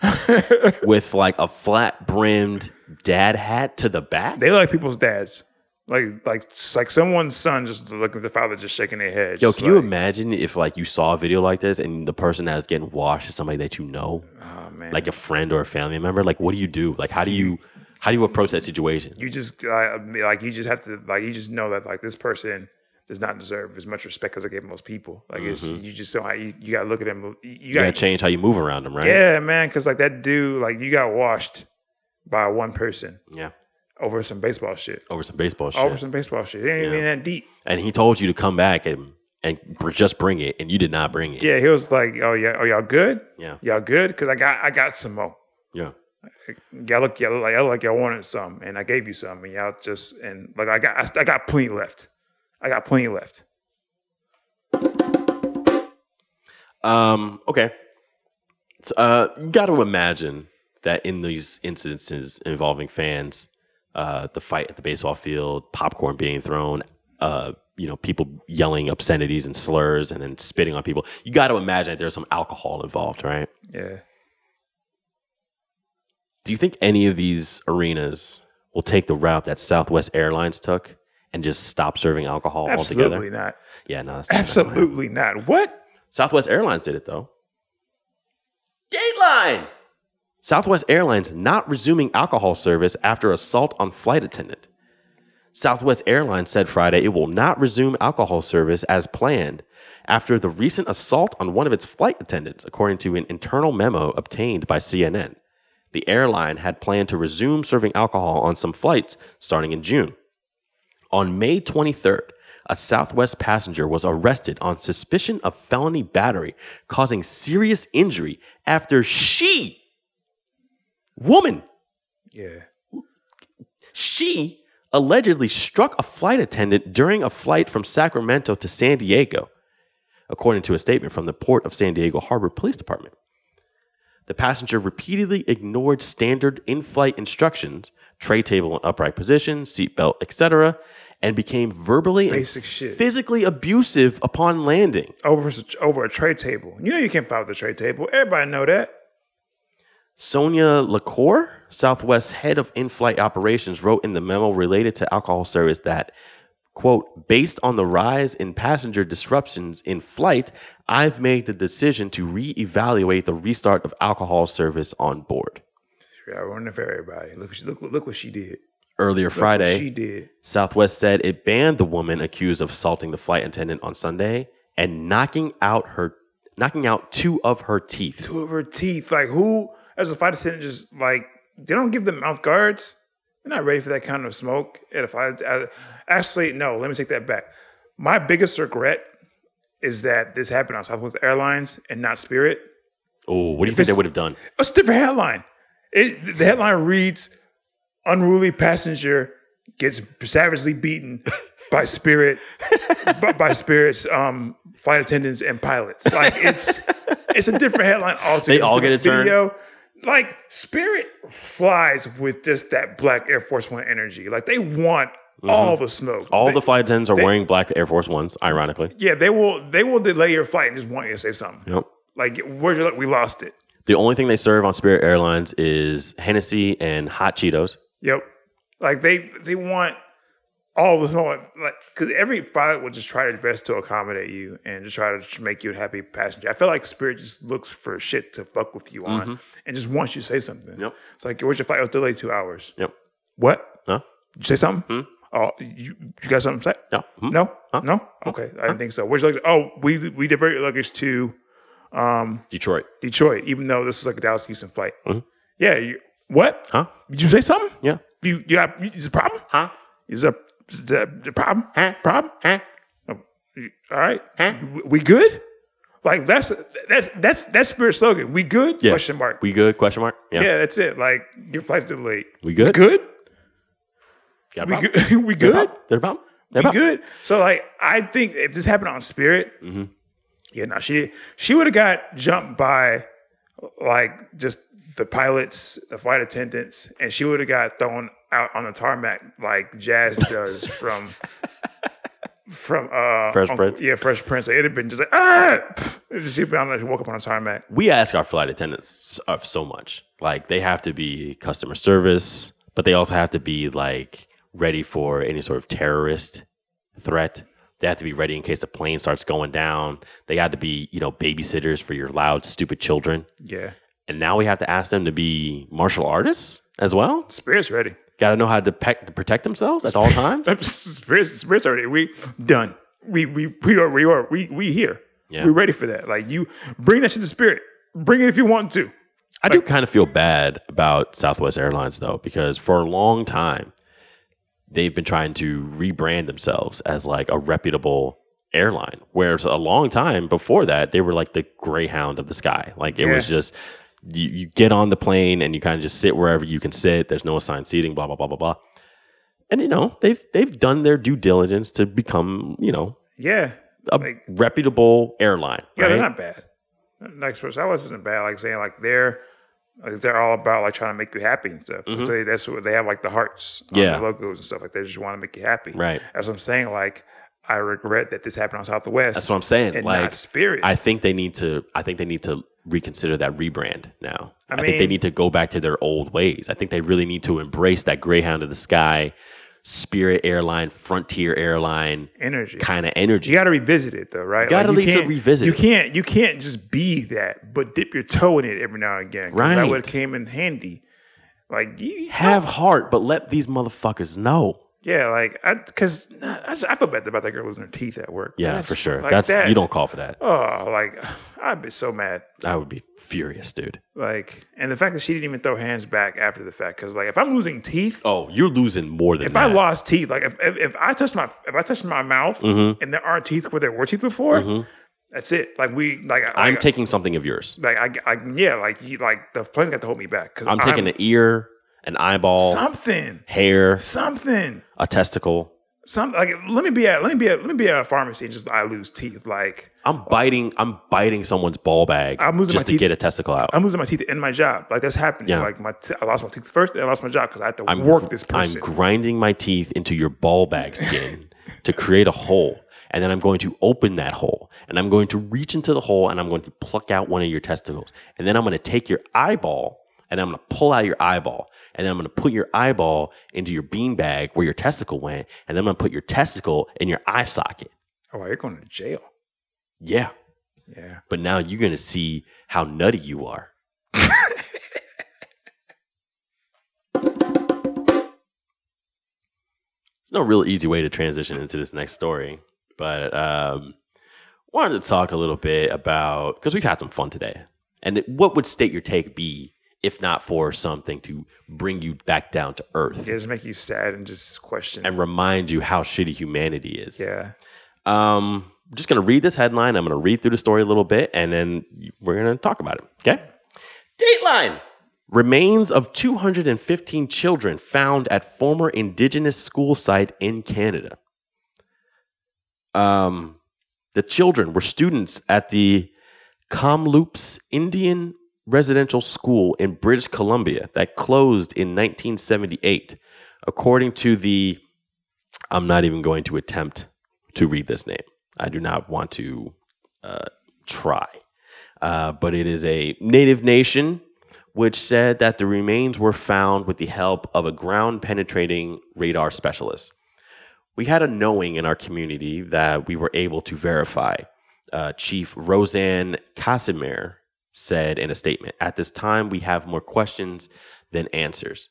B: with like a flat brimmed dad hat to the back.
C: They look like people's dads. Like like like someone's son just looking at the father just shaking their head.
B: Yo,
C: Just
B: can you
C: like,
B: imagine if like you saw a video like this and the person that was getting washed is somebody that you know,
C: Oh, man.
B: like a friend or a family member? Like, what do you do? Like, how do you how do you approach that situation?
C: you just like, I mean, like you just have to like you just know that like this person does not deserve as much respect as I give most people. Like it's, you just don't. You, you gotta look at him. You, you
B: Mm-hmm. You gotta
C: gotta,
B: change how you move around them, right?
C: yeah, man. Because like that dude, like you got washed by one person
B: Yeah.
C: over some baseball shit.
B: Over some baseball shit.
C: Over some baseball shit. It ain't even that deep.
B: and he told you to come back and and br- just bring it, and you did not bring it.
C: Yeah, he was like, "Oh yeah, oh y'all good?
B: yeah,
C: Y'all good? Because I got I got some more.
B: yeah.
C: Y'all look y'all look like y'all, look like y'all wanted some, and I gave you some, and y'all just and like I got I, I got plenty left. I got plenty left.
B: Um, okay. So, uh, you got to imagine that in these instances involving fans, uh, the fight at the baseball field, popcorn being thrown, uh, you know, people yelling obscenities and slurs, and then spitting on people. You got to imagine that there's some alcohol involved, right?
C: Yeah.
B: Do you think any of these arenas will take the route that Southwest Airlines took and just stop serving alcohol
C: Absolutely
B: altogether?
C: not.
B: Yeah, no, that's not gonna happen.
C: Absolutely not. What?
B: Southwest Airlines did it though. Dateline. Southwest Airlines not resuming alcohol service after assault on flight attendant. Southwest Airlines said Friday it will not resume alcohol service as planned after the recent assault on one of its flight attendants, according to an internal memo obtained by CNN. The airline had planned to resume serving alcohol on some flights starting in June. On May 23rd, a Southwest passenger was arrested on suspicion of felony battery, causing serious injury after she, woman,
C: Yeah.
B: she allegedly struck a flight attendant during a flight from Sacramento to San Diego, according to a statement from the Port of San Diego Harbor Police Department. The passenger repeatedly ignored standard in flight instructions, tray table in upright position, seatbelt, etc., and became verbally
C: Basic
B: and
C: shit.
B: physically abusive upon landing.
C: Over over a tray table. You know you can't fight with a tray table. Everybody know that.
B: Sonia LaCour, Southwest head of in flight operations, wrote in the memo related to alcohol service that, quote, based on the rise in passenger disruptions in flight, I've made the decision to reevaluate the restart of alcohol service on board.
C: I wonder if everybody look. what she- Look look what she did. Look
B: Earlier
C: what she
B: Friday,
C: did.
B: Southwest said it banned the woman accused of assaulting the flight attendant on Sunday and knocking out her knocking out two of her teeth.
C: Two of her teeth. Like who? As a flight attendant, just like they don't give them mouth guards. They're not ready for that kind of smoke. And if I, I actually no, let me take that back. My biggest regret is that this happened on Southwest Airlines and not Spirit.
B: Oh, what do you think they
C: this-
B: would have done?
C: What's the different headline? It, the headline reads: "Unruly passenger gets savagely beaten by Spirit by, by Spirit's um, flight attendants and pilots." Like it's it's a different headline altogether.
B: They all
C: It's
B: get a turn.
C: different Video. Like Spirit flies with just that black Air Force One energy. Like they want all the smoke.
B: Mm-hmm. All
C: They-
B: the flight attendants are
C: they-
B: wearing black Air Force Ones, ironically.
C: yeah. They will they will delay your flight and just want you to say something.
B: Yep.
C: Like where's your We lost it.
B: The only thing they serve on Spirit Airlines is Hennessy and hot Cheetos.
C: Yep. Like they they want all this moment, like, because every product will just try its best to accommodate you and just try to just make you a happy passenger. I feel like Spirit just looks for shit to fuck with you on and just wants you to say something.
B: Mm-hmm. Yep.
C: It's like, where's your flight? It was delayed two hours.
B: Yep.
C: What?
B: No.
C: Did you say something?
B: Hmm?
C: Oh, you, you got something to say?
B: No. Mhm.
C: No? No? Okay. I didn't think so. Where's your luggage? Oh, we, we divert your luggage to
B: Detroit.
C: Detroit, even though this was like a Dallas Houston flight.
B: Mhm.
C: Yeah. You, what?
B: Huh?
C: Did you say something?
B: Yeah.
C: You, you got, is a problem?
B: Huh?
C: Is a, is there a problem?
B: Huh?
C: Problem? Oh,
B: Huh?
C: You- All right.
B: Huh?
C: W- We good? Like that's that's that's that's spirit slogan. We good?
B: Yeah.
C: Question mark.
B: We good? Question mark. Yeah.
C: yeah. that's it. Like your flight's delayed.
B: We good?
C: Good?
B: Got a
C: We
B: problem?
C: good? we
B: Got a
C: good?
B: problem? Got a problem? Got a
C: We
B: problem?
C: good? So like I think if this happened on Spirit,
B: Mhm.
C: yeah, no, she she would have got jumped by like just the pilots, the flight attendants, and she would have got thrown out on the tarmac like Jazz does from from uh
B: Fresh
C: Uncle-
B: Prince?
C: Yeah, Fresh Prince. Like, it'd have been just like ah, Pff, she'd been on like walk up on a tarmac.
B: we ask our flight attendants of so much. Like they have to be customer service, but they also have to be like ready for any sort of terrorist threat. They have to be ready in case the plane starts going down. They got to be, you know, babysitters for your loud, stupid children.
C: Yeah,
B: And now we have to ask them to be martial artists as well.
C: Spirit's ready.
B: Got to know how to, pe- to protect themselves at all times.
C: Spirit's Spirit's already. We done. We we we are we are we we here.
B: Yeah.
C: We're ready for that. Like you bring that shit to Spirit. Bring it if you want to.
B: I do kind of feel bad about Southwest Airlines though, because for a long time they've been trying to rebrand themselves as like a reputable airline. Whereas a long time before that, they were like the Greyhound of the sky. Like it was
C: Yeah.
B: just you, you get on the plane and you kind of just sit wherever you can sit. There's no assigned seating, blah blah blah blah blah. And you know they've they've done their due diligence to become you know
C: Yeah.
B: a
C: Like-
B: reputable airline.
C: Yeah,
B: right?
C: they're not bad. Next person, that wasn't bad. Like saying like they're like they're all about like trying to make you happy and stuff. And So that's what they have like the hearts, on
B: Mm-hmm. Yeah.
C: their logos and stuff. Like they just want to make you happy,
B: Right.
C: As I'm saying, like I regret that this happened on Southwest.
B: That's what I'm saying.
C: And
B: like
C: not Spirit.
B: I think they need to. I think they need to reconsider that rebrand now. I,
C: I
B: think they
C: mean-
B: need to go back to their old ways. I think they really need to embrace that Greyhound of the Sky, Spirit Airline, Frontier Airline
C: energy.
B: kind of
C: you
B: energy.
C: got to revisit it though, right?
B: gotta
C: Like,
B: at least
C: can't-
B: revisit
C: You
B: it.
C: can't you can't just be that, but dip your toe in it every now and again. 'cause That
B: Right.
C: would came in handy. Like you
B: Have heart, but let these motherfuckers know.
C: yeah, like I because I, I feel bad about that girl losing her teeth at work.
B: Yeah,
C: That's-
B: for sure.
C: like
B: That's
C: that-
B: you don't call for that.
C: Oh, like I'd be so mad.
B: I would be furious, dude.
C: Like, and the fact that she didn't even throw hands back after the fact, because like if I'm losing teeth,
B: Oh, you're losing more than
C: if I
B: that.
C: lost teeth, like if, if, if I touch my if I touch my mouth
B: Mm-hmm.
C: and there aren't teeth where there were teeth before, that's it. Like we like I-
B: I'm
C: like,
B: taking something of yours.
C: like I, I yeah like you like the plane's got to hold me back because
B: I'm taking an ear, an eyeball,
C: something
B: hair,
C: something
B: a testicle.
C: something like let me be at let me be at let me be at a pharmacy and just I lose teeth like
B: I'm biting. I'm biting someone's ball bag
C: I'm losing
B: just
C: my
B: to
C: teeth.
B: get a testicle out.
C: I'm losing my teeth in my job like that's happening
B: Yeah.
C: like my t- I lost my teeth first and I lost my job because I had to work this person.
B: I'm grinding my teeth into your ball bag skin to create a hole, and then I'm going to open that hole, and I'm going to reach into the hole, and I'm going to pluck out one of your testicles, and then I'm going to take your eyeball, and I'm going to pull out your eyeball, and then I'm going to put your eyeball into your bean bag where your testicle went, and then I'm going to put your testicle in your eye socket.
C: Oh, you're going to jail.
B: Yeah,
C: Yeah.
B: but now you're going to see how nutty you are. There's no real easy way to transition into this next story, but um, wanted to talk a little bit about because we've had some fun today. And it- what would state your take be if not for something to bring you back down to earth
C: They just make you sad and just question.
B: and remind you how shitty humanity is?
C: yeah.
B: Um, I'm just going to read this headline. I'm going to read through the story a little bit, and then we're going to talk about it. Okay. Dateline remains of 215 children found at former indigenous school site in Canada. Um, the children were students at the Kamloops Indian Residential School in British Columbia that closed in 1978, according to the. I'm not even going to attempt to read this name. I do not want to uh, try. Uh, but it is a native nation which said that the remains were found with the help of a ground penetrating radar specialist. we had a knowing in our community that we were able to verify. Uh, Chief Roseanne Casimir said in a statement At this time, we have more questions than answers.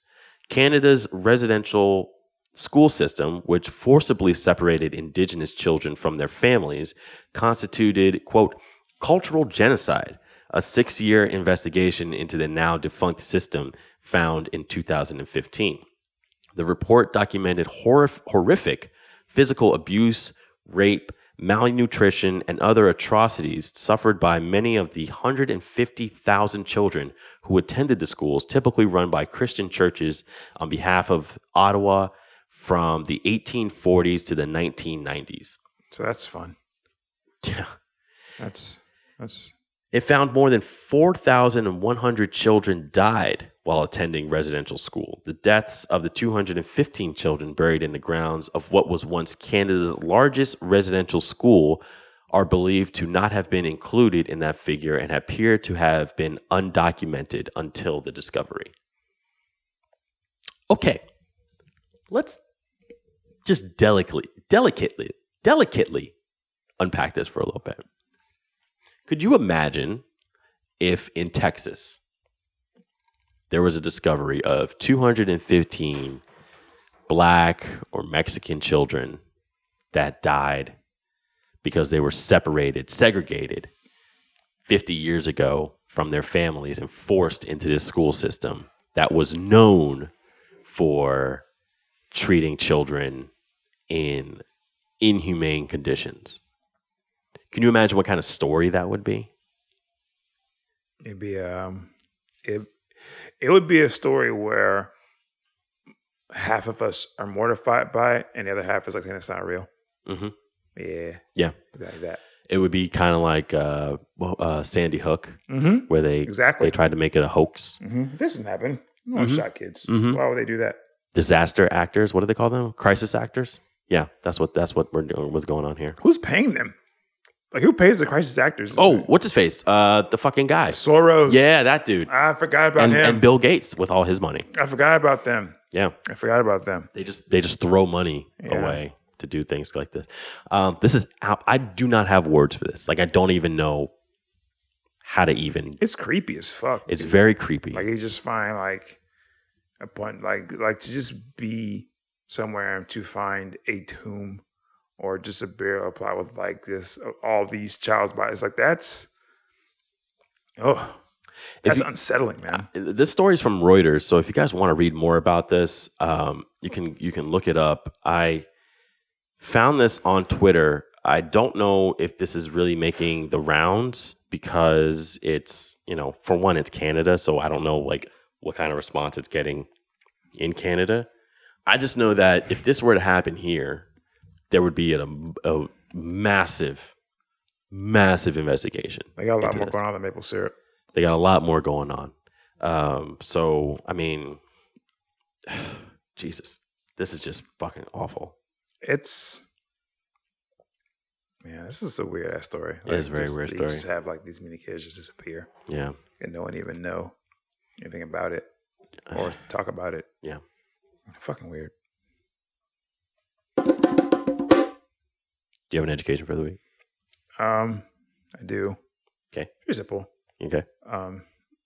B: Canada's residential school system, which forcibly separated Indigenous children from their families, constituted, quote, cultural genocide, a six year investigation into the now defunct system found in 2015. The report documented horror- horrific physical abuse, rape, malnutrition, and other atrocities suffered by many of the 150,000 children who attended the schools, typically run by Christian churches on behalf of Ottawa from the 1840s to the 1990s.
C: So that's fun.
B: Yeah.
C: That's that's
B: It found more than 4,100 children died while attending residential school. The deaths of the 215 children buried in the grounds of what was once Canada's largest residential school are believed to not have been included in that figure and appear to have been undocumented until the discovery. Okay, let's just delicately, delicately, delicately unpack this for a little bit. Could you imagine if in Texas there was a discovery of 215 black or Mexican children that died because they were separated, segregated 50 years ago from their families and forced into this school system that was known for treating children in inhumane conditions? Can you imagine what kind of story that would be?
C: it'd be um it it would be a story where half of us are mortified by it and the other half is like saying it's not real.
B: Mhm.
C: Yeah.
B: Yeah.
C: Like that.
B: It would be kind of like uh, well, uh, Sandy Hook,
C: Mm-hmm.
B: where they
C: Exactly.
B: they tried to make it a hoax.
C: Mm-hmm. This doesn't happen. No one
B: Mhm.
C: shot kids.
B: Mhm.
C: Why would they do that?
B: Disaster actors, what do they call them? Crisis actors. Yeah, that's what that's what we're doing. What's going on here?
C: Who's paying them? Like who pays the crisis actors?
B: Oh, what's his face? Uh, the fucking guy.
C: Soros.
B: Yeah, that dude.
C: I forgot about
B: And,
C: him.
B: and Bill Gates with all his money.
C: I forgot about them.
B: Yeah,
C: I forgot about them.
B: they just they just throw money
C: Yeah.
B: away to do things like this. Um, this is out- I do not have words for this. Like I don't even know how to even.
C: It's creepy as fuck.
B: It's
C: dude.
B: very creepy.
C: like you just find like a point like like to just be somewhere and to find a tomb or just a burial plot with like this all these child's bodies. Like that's oh that's
B: you-
C: unsettling, man.
B: this story is from Reuters, so if you guys want to read more about this, um, you can you can look it up. I found this on Twitter. I don't know if this is really making the rounds because it's you know for one it's Canada, so I don't know like what kind of response it's getting in Canada. I just know that if this were to happen here, there would be a, a massive, massive investigation.
C: They got a lot
B: into
C: more
B: this
C: going on than maple syrup.
B: they got a lot more going on. Um, so I mean, Jesus, this is just fucking awful.
C: It's man, this is a weird ass story.
B: It is a very
C: just-
B: weird
C: they
B: story.
C: Just have like these mini kids just disappear
B: Yeah,
C: and no one even know anything about it or talk about it.
B: Yeah.
C: fucking weird.
B: do you have an education for the week?
C: Um, I do.
B: Okay.
C: Pretty simple.
B: Okay,
C: Um,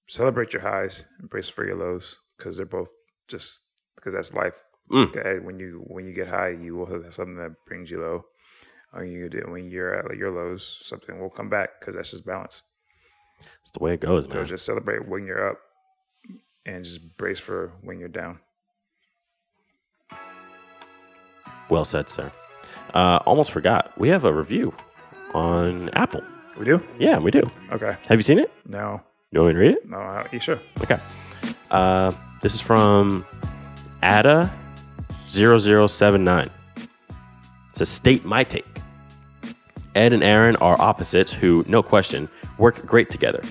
C: celebrate your highs, embrace for your lows, because they're both just because that's life.
B: Mm.
C: Okay, When you when you get high, you will have something that brings you low. When you do, when you're at your lows, something will come back because that's just balance.
B: it's the way it goes,
C: So
B: man.
C: just celebrate when you're up, and just brace for when you're down.
B: Well said, sir. Uh, almost forgot. We have a review on Apple.
C: We do.
B: Yeah, we do.
C: Okay.
B: Have you seen it?
C: No.
B: You want me to read it?
C: No. I- You sure?
B: Okay. Uh, this is from Ada 79 It says, State my take. Ed and Aaron are opposites who, no question, work great together.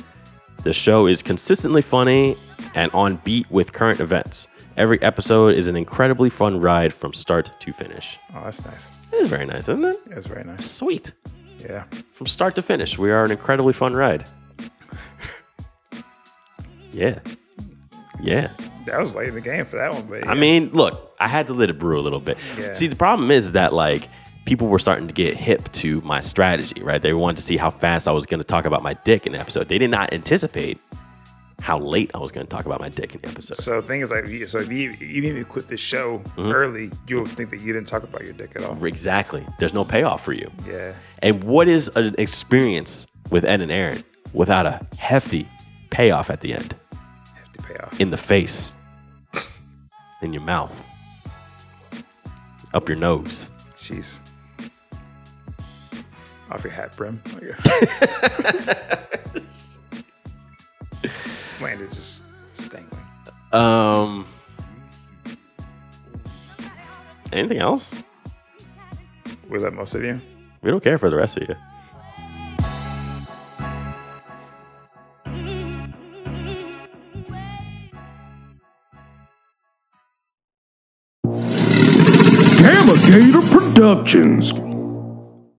B: The show is consistently funny and on beat with current events. Every episode is an incredibly fun ride from start to finish.
C: Oh, that's nice.
B: It is very nice, isn't it?
C: That's very nice.
B: Sweet.
C: Yeah.
B: From start to finish, we are an incredibly fun ride. yeah. Yeah.
C: That was late in the game for that one, but
B: I
C: yeah.
B: mean, look, I had to let it brew a little bit.
C: Yeah.
B: See, the problem is that like people were starting to get hip to my strategy, right? They wanted to see how fast I was going to talk about my dick in the episode. They did not anticipate how late I was going to talk about my dick in the episode.
C: So the thing is like, yeah, so if you, even if you quit the show early, you'll think that you didn't talk about your dick at all.
B: Exactly. There's no payoff for you.
C: Yeah.
B: And what is an experience with Ed and Aaron without a hefty payoff at the end?
C: Have to pay off.
B: In the face, in your mouth, up your nose.
C: Jeez. Off your hat brim. Oh, yeah. Just Landed just dangling.
B: Um, anything else?
C: We let most of you.
B: We don't care for the rest of you.
A: Gamma Gator Productions.